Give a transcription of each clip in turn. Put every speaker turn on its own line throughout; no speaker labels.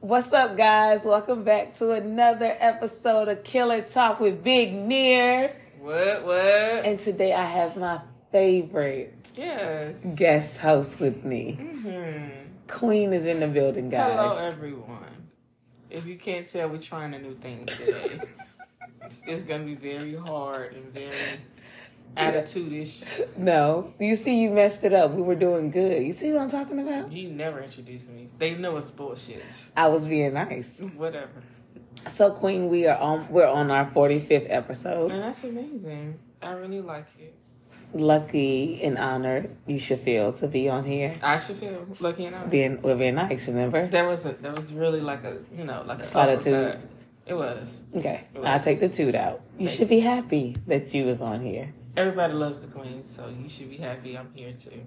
What's up, guys? Welcome back to another episode of Killer Talk with Big Near.
What? What?
And today I have my favorite
yes.
guest host with me. Queen is in the building, guys.
Mm-hmm. Hello, everyone. If you can't tell, we're trying a new thing today. it's, it's gonna be very hard and very attitude-ish.
No, you see, you messed it up. We were doing good. You see what I'm talking about?
You never introduced me. They know it's bullshit.
I was being nice.
Whatever.
So, Queen, we are on. We're on our 45th episode.
And that's amazing. I really like it.
Lucky and honored you should feel to be on here.
I should feel lucky enough.
Being we're being nice, remember?
That was a, that was really like a you know like a
Slide it
uppercut.
to-
It was.
Okay, I'll take the toot out. You should be happy that you was on here.
Everybody loves the queen, so you should be happy. I'm here too.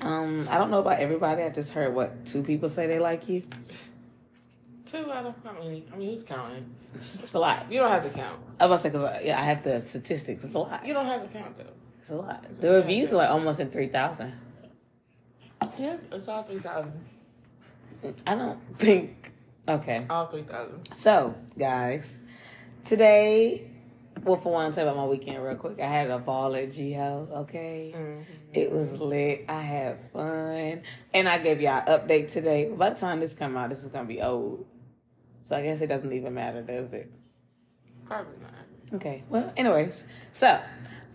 Um, I don't know about everybody. I just heard what two people say they like you.
Two out of how many? I mean, who's counting?
It's it's a lot.
You don't have to count.
I was like, cause I, yeah, I have the statistics. It's a lot.
You don't have to count though.
It's a lot. The reviews are like almost at three thousand.
Yeah, it's all three thousand.
I don't think. Okay,
All three thousand.
so guys, today, well, for one, I'll tell you about my weekend real quick. I had a ball at Geo. Okay. It was lit. I had fun. And I gave y'all an update today. By the time this come out, this is gonna be old. So I guess it doesn't even matter, does it?
Probably not.
Okay. Well, anyways, so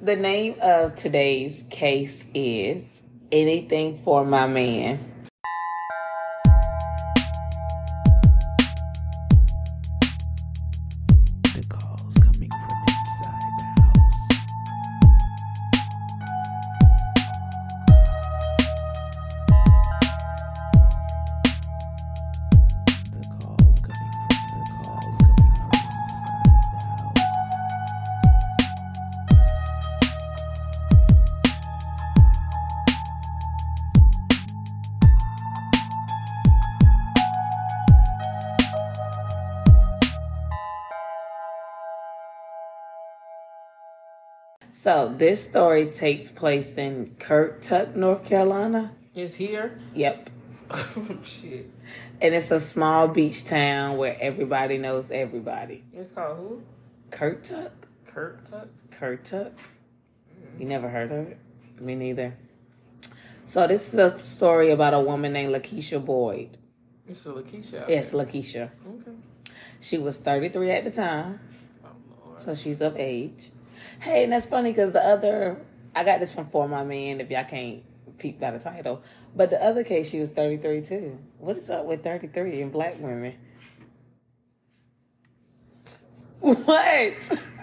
the name of today's case is Anything for My Man.
The calls coming from inside the house. The calls coming from the calls coming from inside the house.
So this story takes place in Kirktuck, North Carolina.
It's here.
Yep.
oh shit.
And it's a small beach town where everybody knows everybody.
It's called who?
Kirktuck?
Kurt Tuck.
Curtuck. You never heard of it? Me neither. So this is a story about a woman named Lakeisha Boyd.
It's a Lakeisha. out
Yes, Lakeisha.
there. Okay.
She was 33 at the time,
Oh lord.
so she's of age. Hey, and that's funny because the other, I got this from For My Man, if y'all can't peep by the title. But the other case, she was 33 too. What is up with 33 and black women? What?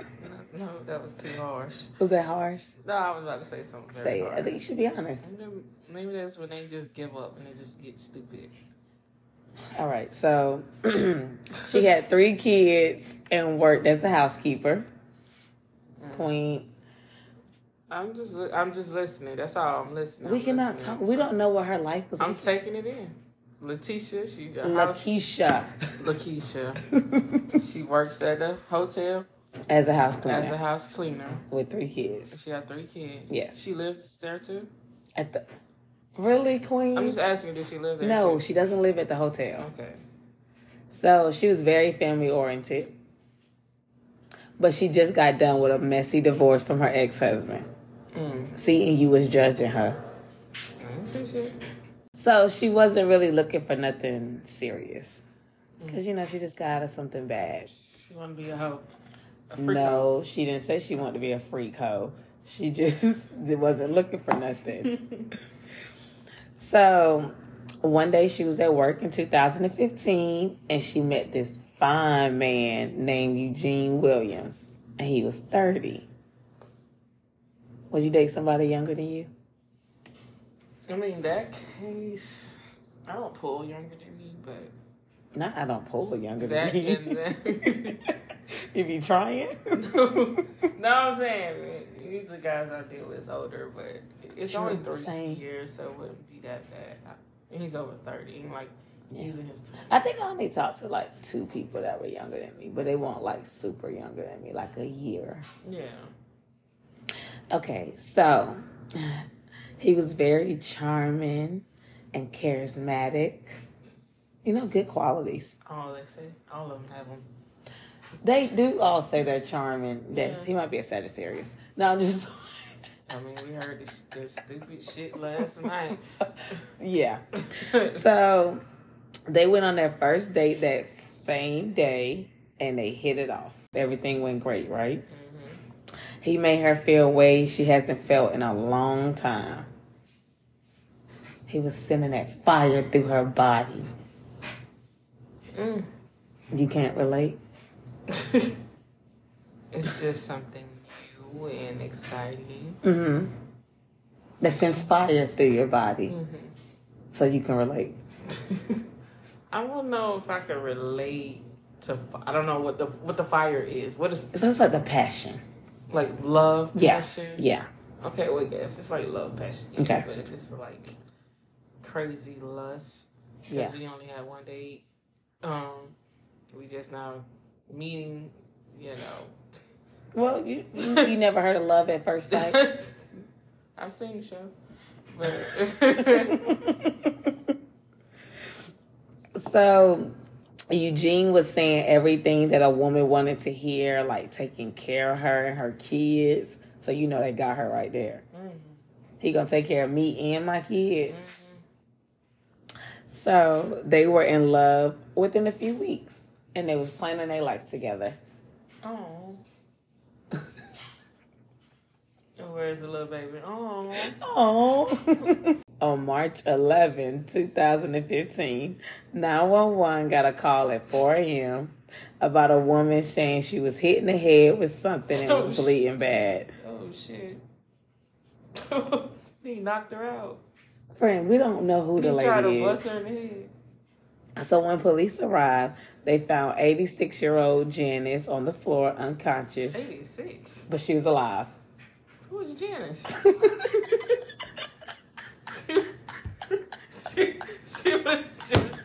No, that was too harsh.
was that harsh?
No, I was about to say something. Very
Say it. I
harsh.
think you should be honest.
Maybe that's when they just give up and they just get stupid.
All right, so she had three kids and worked as a housekeeper.
Mm.
Queen,
I'm just, li- I'm just listening. That's all I'm listening.
we
I'm
cannot
listening.
talk. We don't know what her life was.
I'm
like.
taking it in. Letitia, she got house-
Lakeisha
Lakeisha. she works at a hotel
as a house cleaner
as a house cleaner.
with three kids.
She had three kids.
Yes.
She lives there too?
At the really Queen?
I'm just asking, did she live there?
no,
too?
she doesn't live at the hotel.
Okay.
So she was very family oriented, but she just got done with a messy divorce from her ex husband.
Mm.
See, and you was judging her.
I didn't say shit.
So she wasn't really looking for nothing serious.
Mm.
Because, you know, she just got out of something bad.
She want to be a hoe. A freak hoe.
No, she didn't say she wanted to be a freak hoe. She just wasn't looking for nothing. so one day she was at work in 2015 and she met this fine man named Eugene Williams. And he was 30. Would you date somebody younger than you?
I mean, that case, I don't pull younger than me, but
No, I don't pull younger
that
than
and
you.
then.
you be trying?
no, I'm saying, these the guys I deal with is older, but it's
True,
only three
same.
years, so it wouldn't be that bad. I- and he's over 30. and, Like, he's in his 20s.
I think I only talked to like two people that were younger than me, but they weren't like super younger than me, like a year.
yeah.
Okay, so he was very charming and charismatic. you know, good qualities.
All they say, all of them have them.
They do all say they're charming. Yes,
Yeah.
he might be a Sagittarius. No, I'm just.
I mean, we heard this, this stupid shit last night.
yeah. So they went on their first date that same day and they hit it off. Everything went great, right? He made her feel ways she hasn't felt in a long time. He was sending that fire through her body.
Mm.
You can't relate?
it's just something new and exciting.
Mm hmm. That's inspired through your body. So you can relate.
I don't know if I could relate to. fi- I don't know what the what the fire is. What is
So it's like the passion.
like love
Yeah.
passion?
Yeah.
Okay, well, yeah, if it's like love passion, yeah,
Okay.
But if it's like crazy lust, because
Yeah.
we only had one date, um, we just now meeting, you know.
Well, you you you never heard of love at first sight.
I've seen the show, but
so Eugene was saying everything that a woman wanted to hear, like taking care of her and her kids. So you know they got her right there.
Mm.
He gonna take care of me and my kids.
Mm-hmm.
So they were in love within a few weeks, and they was planning their life together.
oh. Where's the little baby? Oh,
Oh. On March 11, 2015, 911 got a call at 4 a.m. about a woman saying she was hitting the head with something and
Oh,
was
sh-
bleeding bad.
oh shit! he knocked her out.
Friend, we don't know who
He
the
tried to
lady
bust
is.
her in the head.
So when police arrived, they found 86 year old Janice on the floor unconscious,
Eighty-six.
but she was alive.
Who is Janice? she, she was just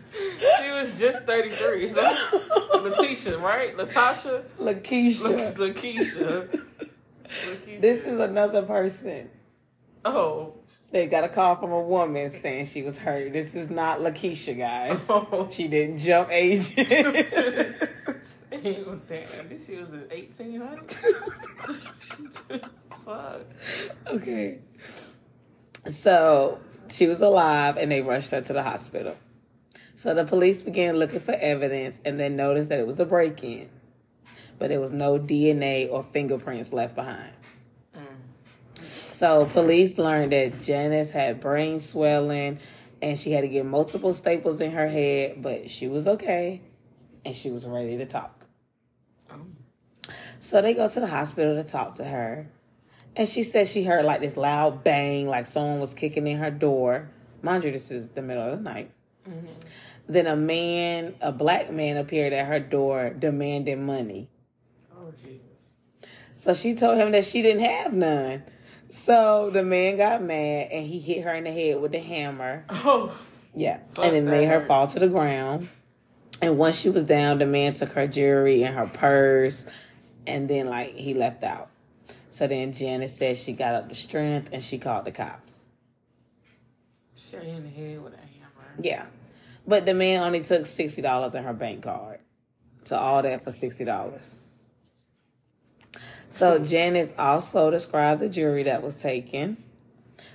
she was just 33. So Letitia, right? Latasha?
Lakeisha.
La- Lakeisha. Lakeisha.
This is another person.
Oh.
They got a call from a woman saying she was hurt. This is not Lakeisha, guys.
Oh.
She didn't jump agent.
Damn, this shit was in 1800. Fuck.
okay. So she was alive and they rushed her to the hospital. So the police began looking for evidence and they noticed that it was a break in, but there was no DNA or fingerprints left behind. So police learned that Janice had brain swelling and she had to get multiple staples in her head, but she was okay and she was ready to talk.
Oh.
So they go to the hospital to talk to her. And she said she heard like this loud bang, like someone was kicking in her door. Mind you, this is the middle of the night. Then a man, a black man, appeared at her door demanding money.
Oh, Jesus.
So she told him that she didn't have none. So the man got mad and he hit her in the head with the hammer.
Oh.
Yeah.
Fuck
and it
that
made her
hurt.
fall to the ground. And once she was down, the man took her jewelry and her purse. And then, like, he left out. So then Janice said she got up the strength and she called the cops.
She got hit in the head with a hammer.
Yeah. But the man only took $60 in her bank card. So all that for $60. So Janice also described the jewelry that was taken.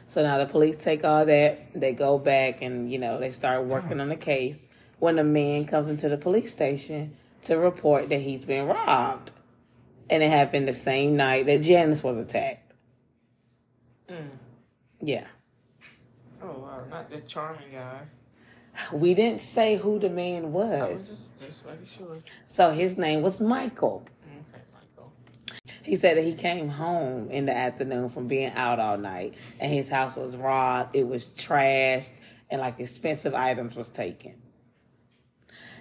So now the police take all that, they go back and, you know, they start working on the case when the man comes into the police station to report that he's been robbed. And it happened the same night that Janice was attacked.
Mm.
Yeah.
Oh, wow. Not the charming guy.
We didn't say who the man
I was
was.
just, just making sure.
So his name was Michael.
Okay, Michael.
He said that he came home in the afternoon from being out all night and his house was robbed, it was trashed, and like expensive items was taken.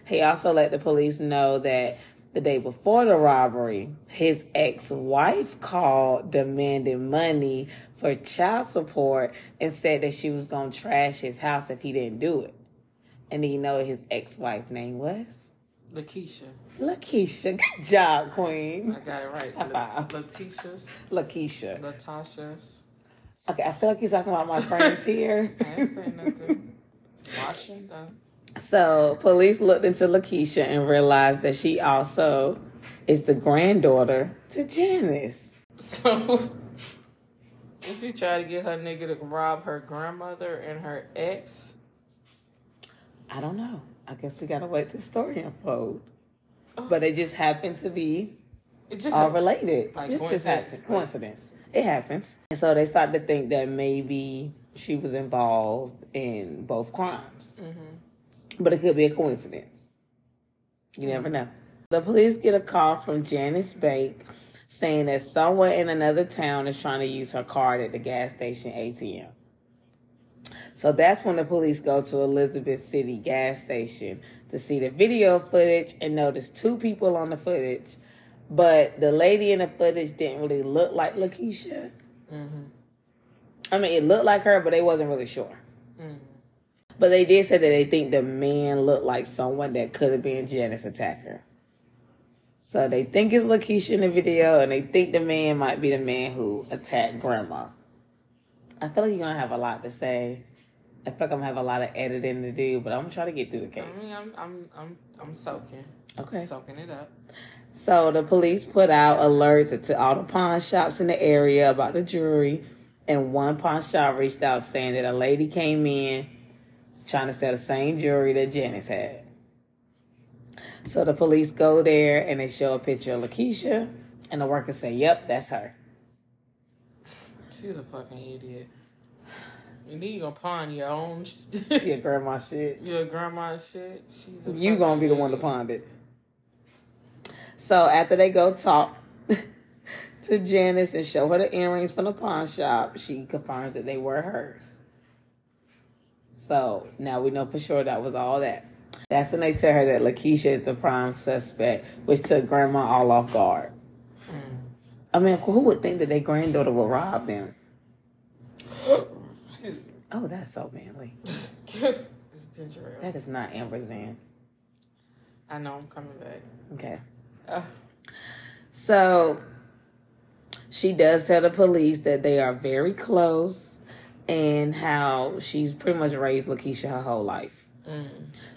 He also let the police know that the day before the robbery, his ex-wife called demanding money for child support and said that she was going to trash his house if he didn't do it. And do you know what his ex-wife name was?
Lakeisha.
Lakeisha. Good job, queen.
I got it right.
High five.
Letitia's,
Lakeisha.
Latasha's.
Okay, I feel like you're talking about my friends here.
I ain't saying nothing. Washington.
So police looked into Lakeisha and realized that she also is the granddaughter to Janice.
So, when she tried to get her nigga to rob her grandmother and her ex,
I don't know. I guess we gotta wait till the story unfold. But it just happened to be
it just
all related.
By
It's just
coincidence.
happened. coincidence. It happens. And so they started to think that maybe she was involved in both crimes.
Mm-hmm.
But it could be a coincidence. You never know. The police get a call from Janice Bank saying that someone in another town is trying to use her card at the gas station ATM. So that's when the police go to Elizabeth City gas station to see the video footage and notice two people on the footage, but the lady in the footage didn't really look like Lakeisha. I mean, it looked like her, but they wasn't really sure. But they did say that they think the man looked like someone that could have been Janice Attacker. So they think it's Lakeisha in the video, and they think the man might be the man who attacked Grandma. I feel like you're gonna have a lot to say. I feel like I'm gonna have a lot of editing to do, but I'm gonna try to get through the
I mean,
case.
I'm, I'm, I'm, I'm soaking,
Okay.
soaking it up.
So the police put out alerts to all the pawn shops in the area about the jewelry, and one pawn shop reached out saying that a lady came in trying to sell the same jewelry that Janice had. So the police go there and they show a picture of Lakeisha, and the workers say, "Yep, that's her."
She's a fucking idiot. And then you gonna pawn your own, sh-
Your grandma shit.
your grandma's shit. She's a
You
fucking
gonna be the one to
idiot.
pond it. So after they go talk to Janice and show her the earrings from the pawn shop, she confirms that they were hers. So now we know for sure that was all that. That's when they tell her that Lakeisha is the prime suspect, which took grandma all off guard. I mean, who would think that their granddaughter would rob them?
Mm. Excuse me.
Oh, that's so manly.
it's ginger ale.
That is not Amber Zan.
I know I'm coming back.
Okay.
Uh,
So she does tell the police that they are very close and how she's pretty much raised Lakeisha her whole life.
mm.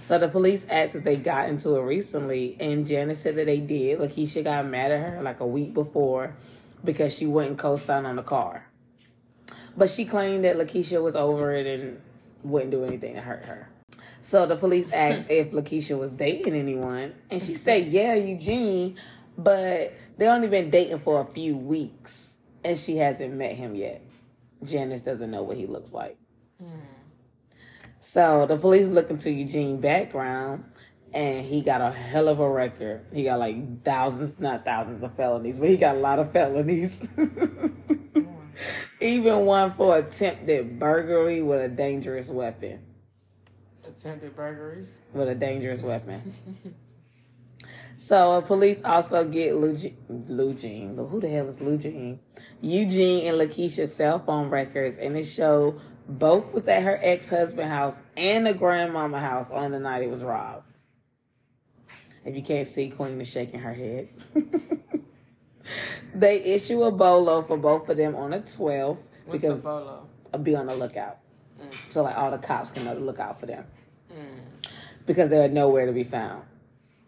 So the police asked if they got into it recently, and Janice said that they did. Lakeisha got mad at her like a week before because she wouldn't co sign on the car. But she claimed that Lakeisha was over it and wouldn't do anything to hurt her. So the police asked if Lakeisha was dating anyone, and she said, "Yeah, Eugene, but they only been dating for a few weeks, and she hasn't met him yet. Janice doesn't know what he looks like." So the police look into Eugene's background, and he got a hell of a record. He got like thousands, not thousands of felonies, but he got a lot of felonies. Even one for attempted burglary with a dangerous weapon
attempted burglary.
with a dangerous weapon. so uh, police also get Luge- Lugene. Who the hell is Lugene? Eugene and Lakeisha's cell phone records, and it showed both was at her ex husband house and the grandmama house on the night it was robbed. If you can't see, Queen is shaking her head. they issue a bolo for both of them on the 12th
What's
because
a bolo?
be on the lookout. So like all the cops can know to look out for them because they're nowhere to be found.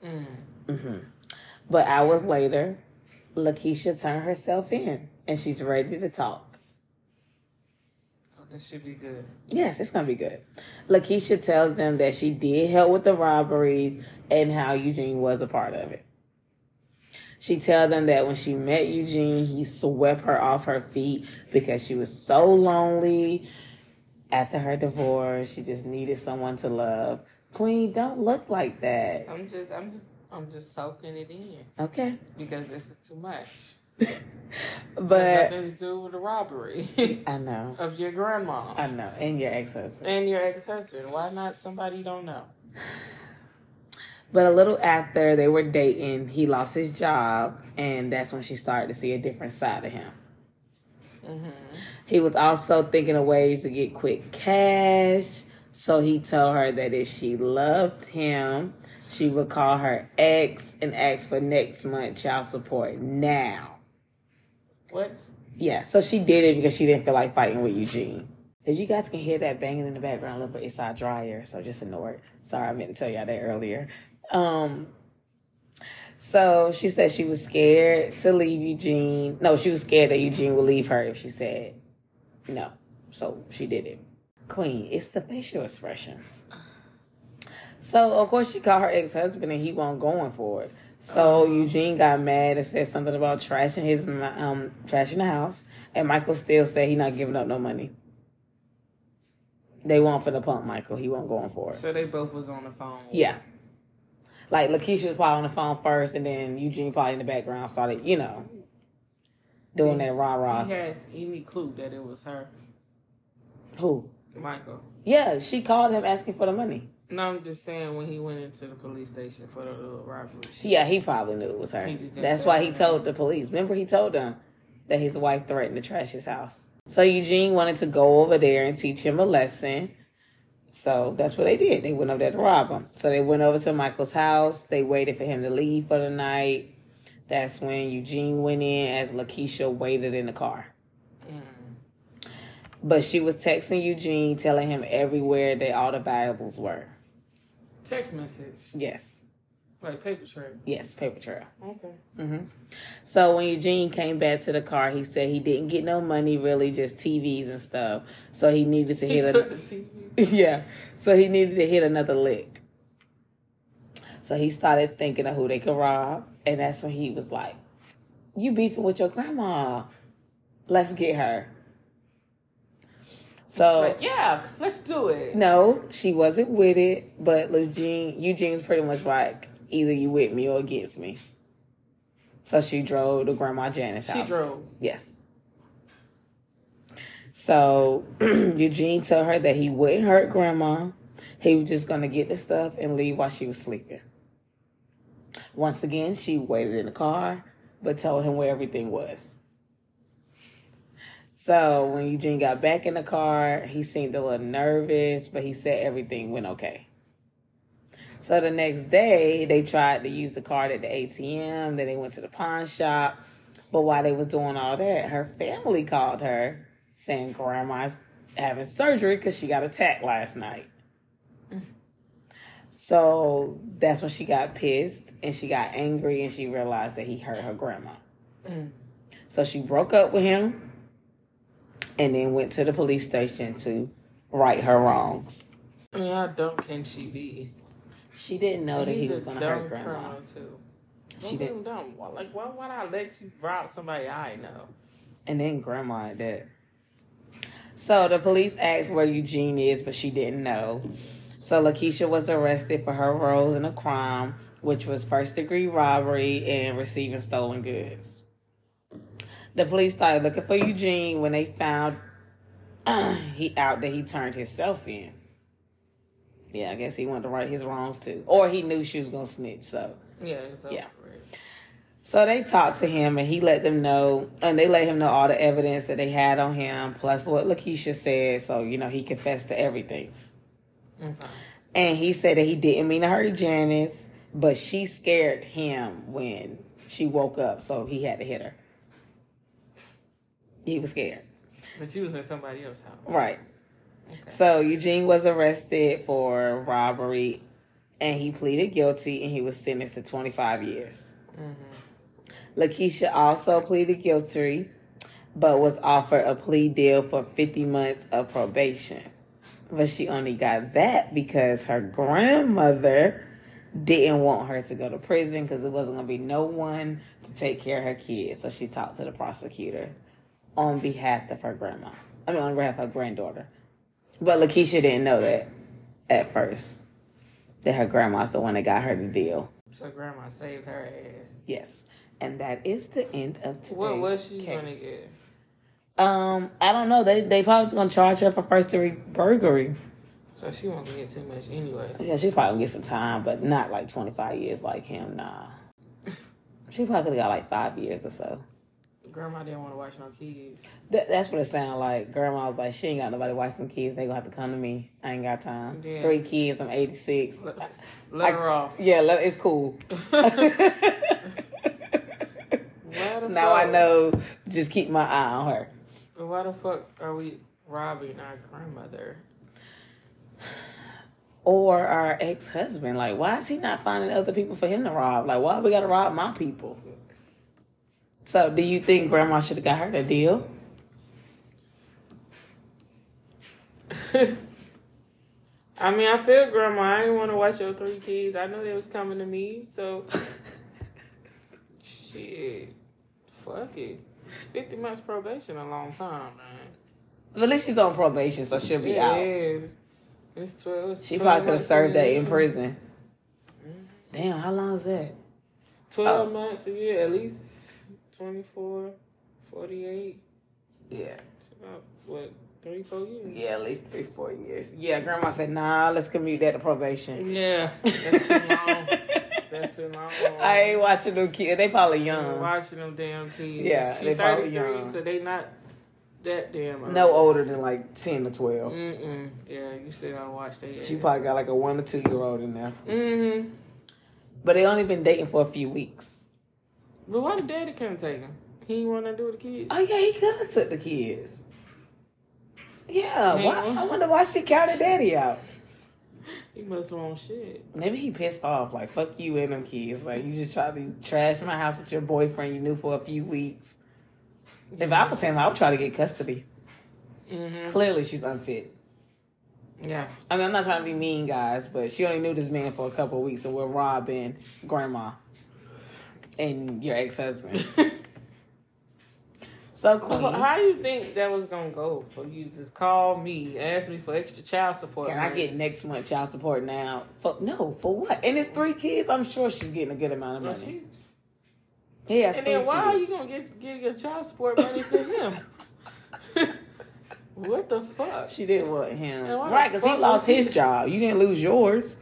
Mm.
hmm But hours later, Lakeisha turned herself in and she's ready to talk.
Oh, this should be good.
Yes, it's gonna be good. Lakeisha tells them that she did help with the robberies and how Eugene was a part of it. She tells them that when she met Eugene, he swept her off her feet because she was so lonely. After her divorce, she just needed someone to love. Queen, don't look like that.
I'm just, I'm just, I'm just soaking it in
Okay.
because this is too much. Has
But
nothing to do with the robbery
I know.
of your grandma
I know. And your ex husband.
and your ex-husband. Why not somebody you don't know?
But a little after they were dating, he lost his job, and that's when she started to see a different side of him. He was also thinking of ways to get quick cash, so he told her that if she loved him, she would call her ex and ask for next month child support now.
What?
Yeah, so she did it because she didn't feel like fighting with Eugene. If you guys can hear that banging in the background a little bit, it's our dryer, so just ignore it. Sorry, I meant to tell y'all that earlier. Um, so she said she was scared to leave Eugene. No, she was scared that Eugene would leave her if she said no. So she did it. Queen, it's the facial expressions. So of course she called her ex husband and he won't going for it. So Eugene got mad and said something about trashing his mi- um trashing the house. And Michael still said he not giving up no money. They won't for the pump, Michael. He won't going for it.
So they both was on the phone.
Yeah. Like Lakeisha was probably on the phone first, and then Eugene probably in the background started, you know, doing that rah rah.
He had any clue that it was her,
Who?
Michael.
Yeah, she called him asking for the money.
No, I'm just saying when he went into the police station for the little robbery. shit.
Yeah, he probably knew it was her.
He just didn't
That's
say
why he
nothing.
told the police. Remember, he told them that his wife threatened to trash his house. So Eugene wanted to go over there and teach him a lesson. So that's what they did. They went over there to rob him. So they went over to Michael's house. They waited for him to leave for the night. That's when Eugene went in as Lakeisha waited in the car.
Mm.
But she was texting Eugene, telling him everywhere that all the valuables were.
Text message,
Yes,
like paper trail.
yes, paper trail.
Okay.
So when Eugene came back to the car, he said he didn't get no money, really, just TVs and stuff. So he needed to
He
hit
took the TV.
a yeah. So he needed to hit another lick. So he started thinking of who they could rob, and that's when he was like, "You beefing with your grandma? Let's get her." So
Like, yeah, let's do it.
No, she wasn't with it, but Eugene, Eugene was pretty much like, either you with me or against me. So she drove to Grandma Janice
She
house.
drove.
Yes. So Eugene told her that he wouldn't hurt Grandma. He was just going to get the stuff and leave while she was sleeping. Once again, she waited in the car, but told him where everything was. So when Eugene got back in the car, he seemed a little nervous, but he said everything went okay. So the next day, they tried to use the card at the ATM. Then they went to the pawn shop. But while they was doing all that, her family called her saying grandma's having surgery because she got attacked last night. So that's when she got pissed and she got angry and she realized that he hurt her grandma. So she broke up with him and then went to the police station to right her wrongs.
I mean, how dumb can she be?
She didn't know Oh, that
He's
he was
a
going to
dumb
hurt grandma.
criminal, too. Don't
She
be
did.
dumb. Why, like, why would I let you rob somebody I know?
And then grandma at that. So the police asked where Eugene is, but she didn't know. So Lakeisha was arrested for her role in a crime, which was first degree robbery and receiving stolen goods. The police started looking for Eugene when they found he out that he turned himself in. Yeah, I guess he wanted to right his wrongs too. Or he knew she was gonna snitch, so
Yeah, it's over
Yeah.
with.
so they talked to him and he let them know, and they let him know all the evidence that they had on him, plus what Lakeisha said. So, you know, he confessed to everything.
Okay.
And he said that he didn't mean to hurt Janice, but she scared him when she woke up. So he had to hit her. He was scared.
But she was in somebody else's house.
Right. So Eugene was arrested for robbery and he pleaded guilty and he was sentenced to 25 years. Lakeisha also pleaded guilty but was offered a plea deal for 50 months of probation. But she only got that because her grandmother didn't want her to go to prison because it wasn't going to be no one to take care of her kids. So she talked to the prosecutor on behalf of her grandma. I mean, on behalf of her granddaughter. But Lakeisha didn't know that at first. That her grandma's the one that got her the deal.
So grandma saved her ass.
Yes. And that is the end of today's
What was she
case.
gonna get?
Um, I don't know. They they probably just gonna charge her for first degree burglary.
So she won't get too much anyway.
Yeah, she probably gonna get some time, but not like twenty five years like him. Nah, she probably could have got like five years or so.
Grandma didn't want to watch no kids.
That, that's what it sounded like. Grandma was like, she ain't got nobody watch some kids. They gonna have to come to me. I ain't got time.
Yeah.
Three kids. I'm eighty six.
Let,
I-
let her off.
Yeah, let- it's cool.
Why the
now I
fuck-
know. Just keep my eye on her.
But why the fuck are we robbing our grandmother.
Or our ex husband. Like, why is he not finding other people for him to rob? Like, why we gotta rob my people? So, do you think grandma should have got her the deal?
I mean, I feel grandma. I didn't want to watch your three kids. I knew they was coming to me, so shit. Fuck it. Fifty months probation, a long time, man.
But at least she's on probation, so she'll be
It
out.
is. It's twelve. it's
She
12
probably could have
months
served that
year.
in prison. Damn, how long is that?
Twelve
Oh.
months a year, at least 24, 48.
Yeah.
It's about what three, four years.
Yeah, at least three, four years. Yeah, grandma said, nah, let's commute that to probation.
Yeah, that's too long. That's too long.
I ain't watching them kids. They probably
I'm
young.
watching them damn kids.
Yeah,
she
they probably
33,
young.
so they not that damn. old.
No older than like 10 or
Mm.
12.
Mm-mm. Yeah, you still gotta watch that.
She probably got like a one or two year old in there.
Mm-hmm.
But they only been dating for a few weeks.
But why did daddy come take him? He ain't want to do with the kids.
Oh, yeah, he could have took the kids. Yeah,
Hey,
why,
well.
I wonder why she counted daddy out.
He must want shit.
Maybe he pissed off, like, fuck you and them kids. Like, you just tried to trash my house with your boyfriend you knew for a few weeks. If I was him, I would try to get custody.
Mm-hmm.
Clearly, she's unfit.
Yeah.
I mean, I'm not trying to be mean, guys, but she only knew this man for a couple of weeks, and we're robbing grandma and your ex husband. So queen,
How you think that was gonna go for you? Just call me, ask me for extra child support.
can I
money.
get next month child support now? For, no, for what? And it's three kids. I'm sure she's getting a good amount of
Well,
money.
she's,
He has
and
three
then why are you
kids.
gonna get give your child support money to him? what the fuck?
She didn't want him,
And why the
right? Because he
fuck
lost
was
his
he-
job. You didn't lose yours.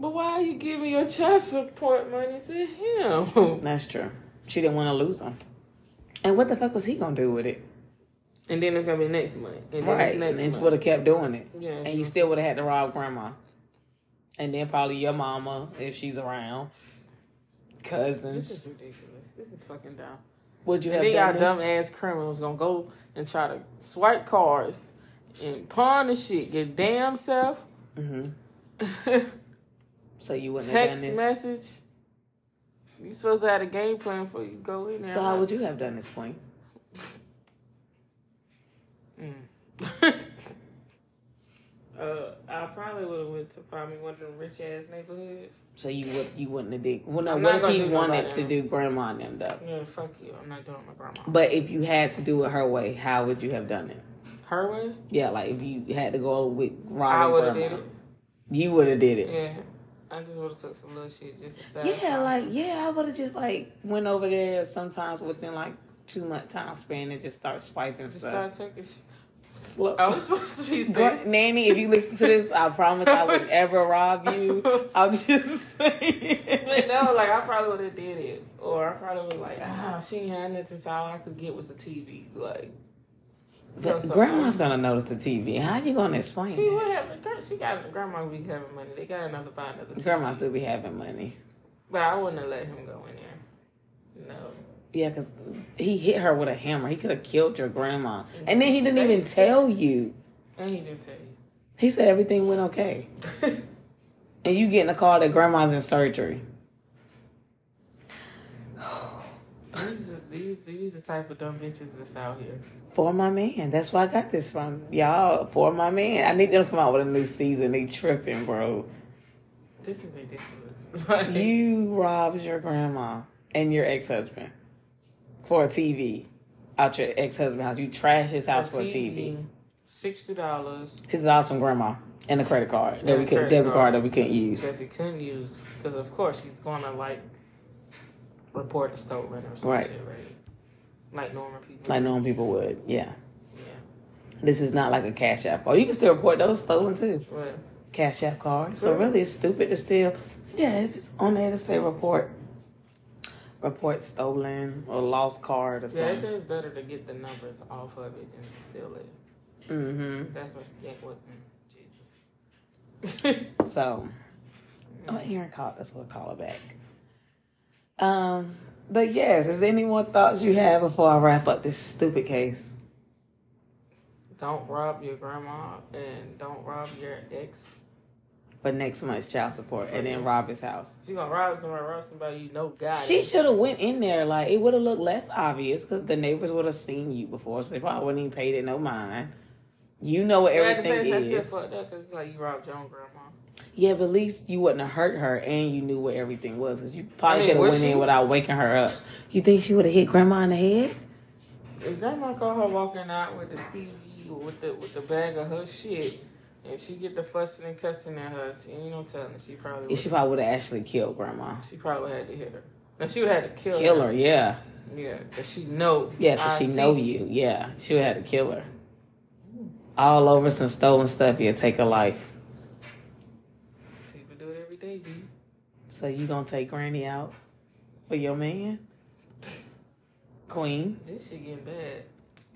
But why are you giving your child support money to him?
That's true. She didn't want to lose him. And what the fuck was he gonna do with it?
And then it's gonna be next month. And then
Right,
it's next
and
month.
would have kept doing it.
yeah.
and you still would have had to rob grandma, and then probably your mama if she's around,
This
cousins.
is ridiculous. This is fucking dumb.
Would you
And
have
then y'all
done
dumb
this?
ass criminals gonna go and try to swipe cars and pawn the shit. Your damn self.
hmm So you wouldn't
Text
have done this.
message. You supposed to have a game plan before you go in there.
So how would you have done this, Queen?
Mm. uh, I probably would have went to find me one of them rich ass neighborhoods.
So you would you wouldn't have did. Well, no.
I'm
what
not
if
gonna
he
do
wanted
nobody.
to do grandma and them though?
Yeah, fuck you. I'm not doing it with my grandma.
But if you had to do it her way, how would you have done it?
Her way,
Yeah, like if you had to go with
I
Robin
would have
grandma,
did it.
you would have did it.
Yeah, I just would have took some little shit just to satisfy.
Yeah, like yeah, I would have just like went over there sometimes within like two month time span and just start swiping
just
stuff.
start taking. Sh-
Slow.
I was supposed to be
Gra-
six.
Nanny, if you listen to this, I promise I would ever rob you. I'm just
But
saying.
no, like I probably would have did it, or I probably would like, ah, she ain't had nothing. So all I could get was a TV. Like,
But grandma's gonna notice the TV. How you gonna explain
She
it?
would have. gr- She got grandma. would be having money. They got enough to buy another. TV.
Grandma still be having money.
But I wouldn't have let him go in there. No.
Yeah, because he hit her with a hammer. He could have killed your grandma. And then he didn't even tell you.
And he didn't tell
He said everything went okay.
you.
And you getting a call that grandma's in surgery.
these are these these the type of dumb bitches that's out here.
For my man. That's where I got this from. Y'all, for my man. I need them to come out with a new season. They tripping, bro.
This is ridiculous. Like,
You robbed your grandma and your ex husband for a TV out your ex husband's house. You trashed his house for a TV.
Sixty dollars
Sixty dollars from grandma and a credit card that we
And
could
credit
debit
card.
card that we couldn't use.
that you couldn't use because of course he's gonna like report it stolen or some
Right.
shit, right? Like normal people.
Like normal people would. Yeah.
Yeah.
This is not like a cash app card. You can still report those stolen too.
But
Cash app cards. So
Right.
really it's stupid to still yeah, if it's on there to say report report stolen or lost card or
yeah, it
something.
says better to get the numbers off of it than to steal it.
hmm
That's what's yeah, what mm, Jesus.
So, oh, Aaron called us. We'll call her back. Um, but yes, is there any more thoughts you have before I wrap up this stupid case?
don't rob your grandma and don't rob your ex.
for next month's child support and then
Okay.
rob his house.
If you gonna rob somebody, rob somebody you know got
She
it.
should have went in there like it would have looked less obvious because the neighbors would have seen you before, so they probably wouldn't even paid it no mind. You know what
But at the
everything
same time, that's
is.
still fucked up because it's like you robbed your own grandma.
Yeah, but at least you wouldn't have hurt her and you knew where everything was because you
I
probably
mean,
could have
was
went
she-
in without waking her up. You think she would have hit grandma in the head?
If grandma caught her walking out with the TV or with the with the bag of her shit, and she get the fussing and cussing at her, she ain't no telling. She probably
Yeah,
would,
She
she,
probably would have actually killed grandma.
probably had to hit her. Now she would have had to kill,
Kill her, yeah.
Yeah, cause she know.
Yeah, 'cause
I
she
see
know you. Yeah, she would have to kill her. All over some stolen stuff, yeah, take her life.
People do it every day, B.
So you gonna take Granny out for your man, Queen?
This shit getting bad.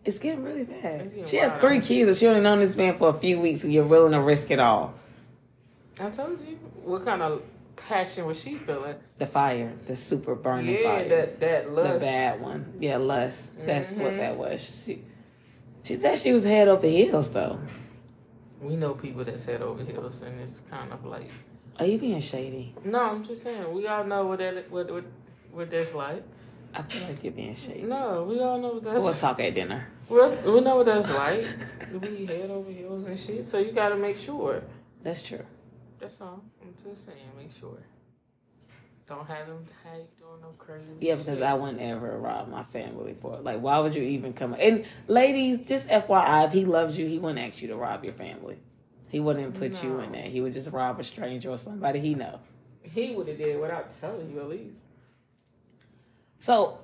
It's getting really bad.
It's getting
she has
wild.
three kids, and she only known this man for a few weeks, and you're willing to risk it all.
I told you what kind of passion was she feeling?
The fire, the super burning
yeah,
fire,
that that
the
lust.
bad one. Yeah, lust. That's what
Mhm.
that was. She, she said she was head over heels, though.
We know people that's head over heels, and it's kind of like.
Are you being shady?
No, I'm just saying we all know what that what what what that's like.
I feel like you're being shady.
No, we all know what that's.
We'll talk at dinner.
Well, we know what that's like. we head over heels and shit. So you gotta make sure.
That's true.
That's all. I'm just saying, make sure. Don't have them have you doing no crazy.
Yeah, because
shit.
I wouldn't ever rob my family for it. Like, why would you even come? And ladies, just FYI, if he loves you, he wouldn't ask you to rob your family. He wouldn't put you in
No.
there. He would just rob a stranger or somebody he know.
he would have did it without telling you at least.
So,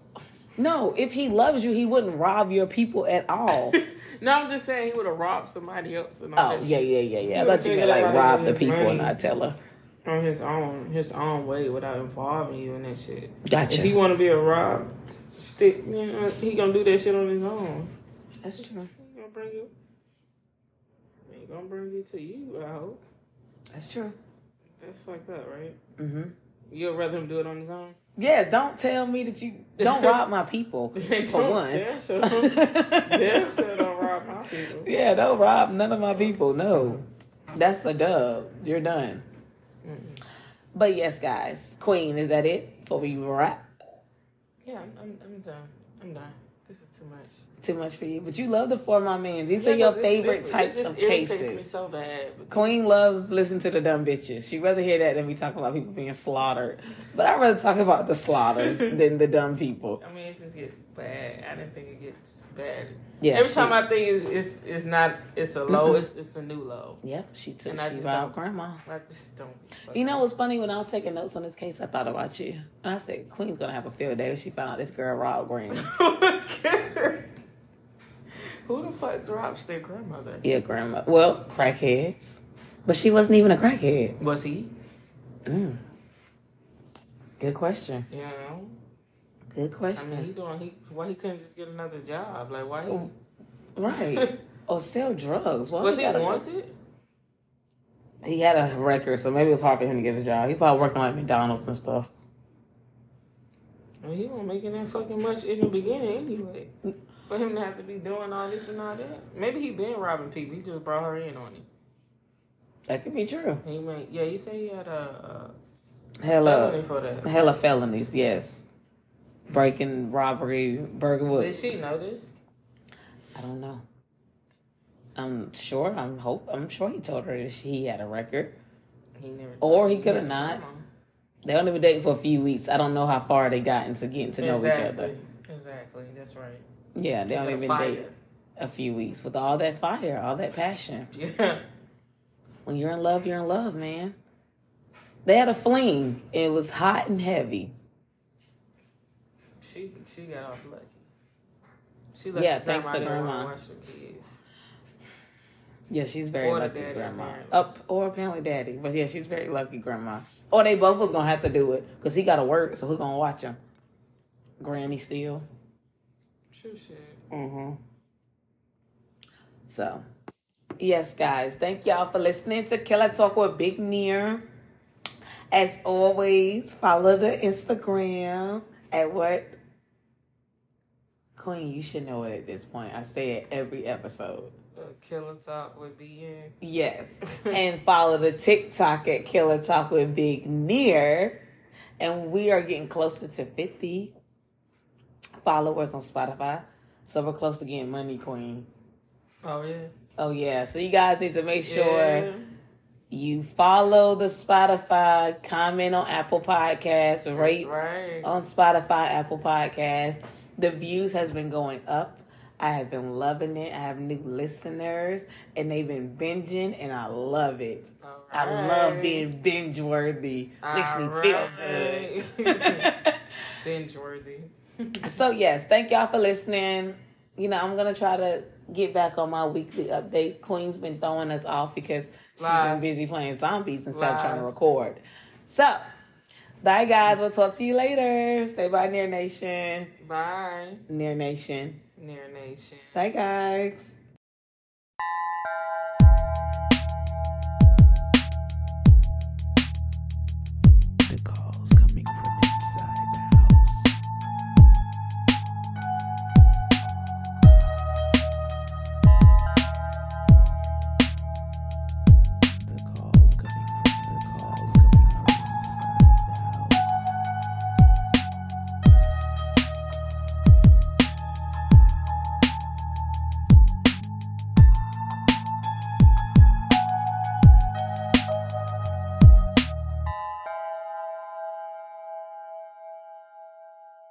no, if he loves you, he wouldn't rob your people at all.
No, I'm just saying he would have robbed somebody else and all
oh
that
yeah,
shit
yeah, yeah, yeah. I thought you
You would
meant
think
like
about
rob
it
the
as
people
money.
and not tell her.
on his own his own way without involving you in that shit. If he
Gotcha.
want to be a rob stick, you know, he gonna do that shit on his own.
That's true.
He gonna bring you. He gonna bring you to you. I hope
That's true.
that's fucked up, right?
hmm
You'd rather him do it on his own.
Yes. Don't tell me that you don't rob my people for
Don't-
one.
Damn sure, don't- damn sure don't rob my people.
Yeah, don't rob none of my people. No, that's a dub. You're done.
Mm-mm.
But yes, guys, Queen, is that it? Before we wrap,
Yeah, I'm, I'm, I'm done. I'm done. This is too much.
it's too much for you. But you love the four my mans. These
Yeah,
are your
this is
favorite
stupid.
types
It
of
just irritates Me
cases.
so bad. but-
Queen loves listen to the dumb bitches. She'd rather hear that than we talk about people being slaughtered. But I'd rather talk about the slaughters than the dumb people.
I mean, it just gets bad. I didn't think it gets bad.
Yeah.
Every
she,
time I think it's it's, it's not it's a low,
Mhm.
it's it's a new low.
Yep, she took
And I
she
just
robbed
don't-
grandma.
I just don't.
You know what's funny? When I was taking notes on this case, I thought about you. And I said, Queen's gonna have a field day when she found out this girl robbed Green.
Who the fuck's Rob's their grandmother?
yeah, grandma. Well, crackheads. But she wasn't even a crackhead.
Was he?
Mm. Good question.
You know,
Good
I mean, he
question.
doing he why he couldn't just get another job? Like why
Oh,
he?
right. Or sell drugs. Why
was he
gotta-
wanted?
He had a record, so maybe it was hard for him to get a job. He probably working like McDonald's and stuff.
I mean, he wasn't making that fucking much in the beginning anyway. For him to have to be doing all this and all that, maybe he been robbing people. He just brought her in on it.
That could be true.
He went, yeah. You say he had a, a
Hella,
felony for that.
hella felonies. Yes, breaking, robbery, burger.
Did
What?
she know this?
I don't know. I'm sure. I'm hope. I'm sure he told her that she had a record.
He never.
Or he
told
coulda
her.
not. They only been dating for a few weeks. I don't know how far they got into getting to know each
exactly.
other.
Exactly. That's right.
Yeah, they
He's
only
on
been
fire.
dating a few weeks with all that fire, all that passion.
Yeah.
When you're in love, you're in love, man. They had a fling. and It was hot and heavy.
She she got off lucky. She lucky
Yeah, thanks to
didn't wanna
grandma.
Watch her kids.
Yeah, she's very
Or the
lucky,
daddy,
grandma.
apparently.
Up or apparently daddy, but yeah, she's very lucky, grandma. Or they both was gonna have to do it because he got to work, so who gonna watch him? Granny still.
True shit.
Mm-hmm. So, yes, guys, thank y'all for listening to Killer Talk with Big Near. As always, follow the Instagram at what? Queen, you should know it at this point. I say it every episode.
Uh, Killer Talk would be in.
Yes. and follow the TikTok at Killer Talk with Big Near. And we are getting closer to 50 followers on Spotify. So we're close to getting money, Queen.
Oh yeah.
Oh, yeah. So you guys need to make sure
Yeah.
you follow the Spotify, comment on Apple Podcasts,
That's
rate
right.
on Spotify, Apple Podcasts. The views has been going up. I have been loving it. I have new listeners and they've been binging and I love it.
All
Oh, I love
right.
being binge worthy. Makes me
All
feel
right.
good.
binge worthy.
so yes, thank y'all for listening. You know, I'm gonna try to get back on my weekly updates. Queen's been throwing us off because she's
Lies.
been busy playing zombies instead of trying to
Lies.
record. So, bye guys. We'll talk to you later. Say bye, Near Nation.
Bye,
Near Nation.
Near Nation.
Bye guys.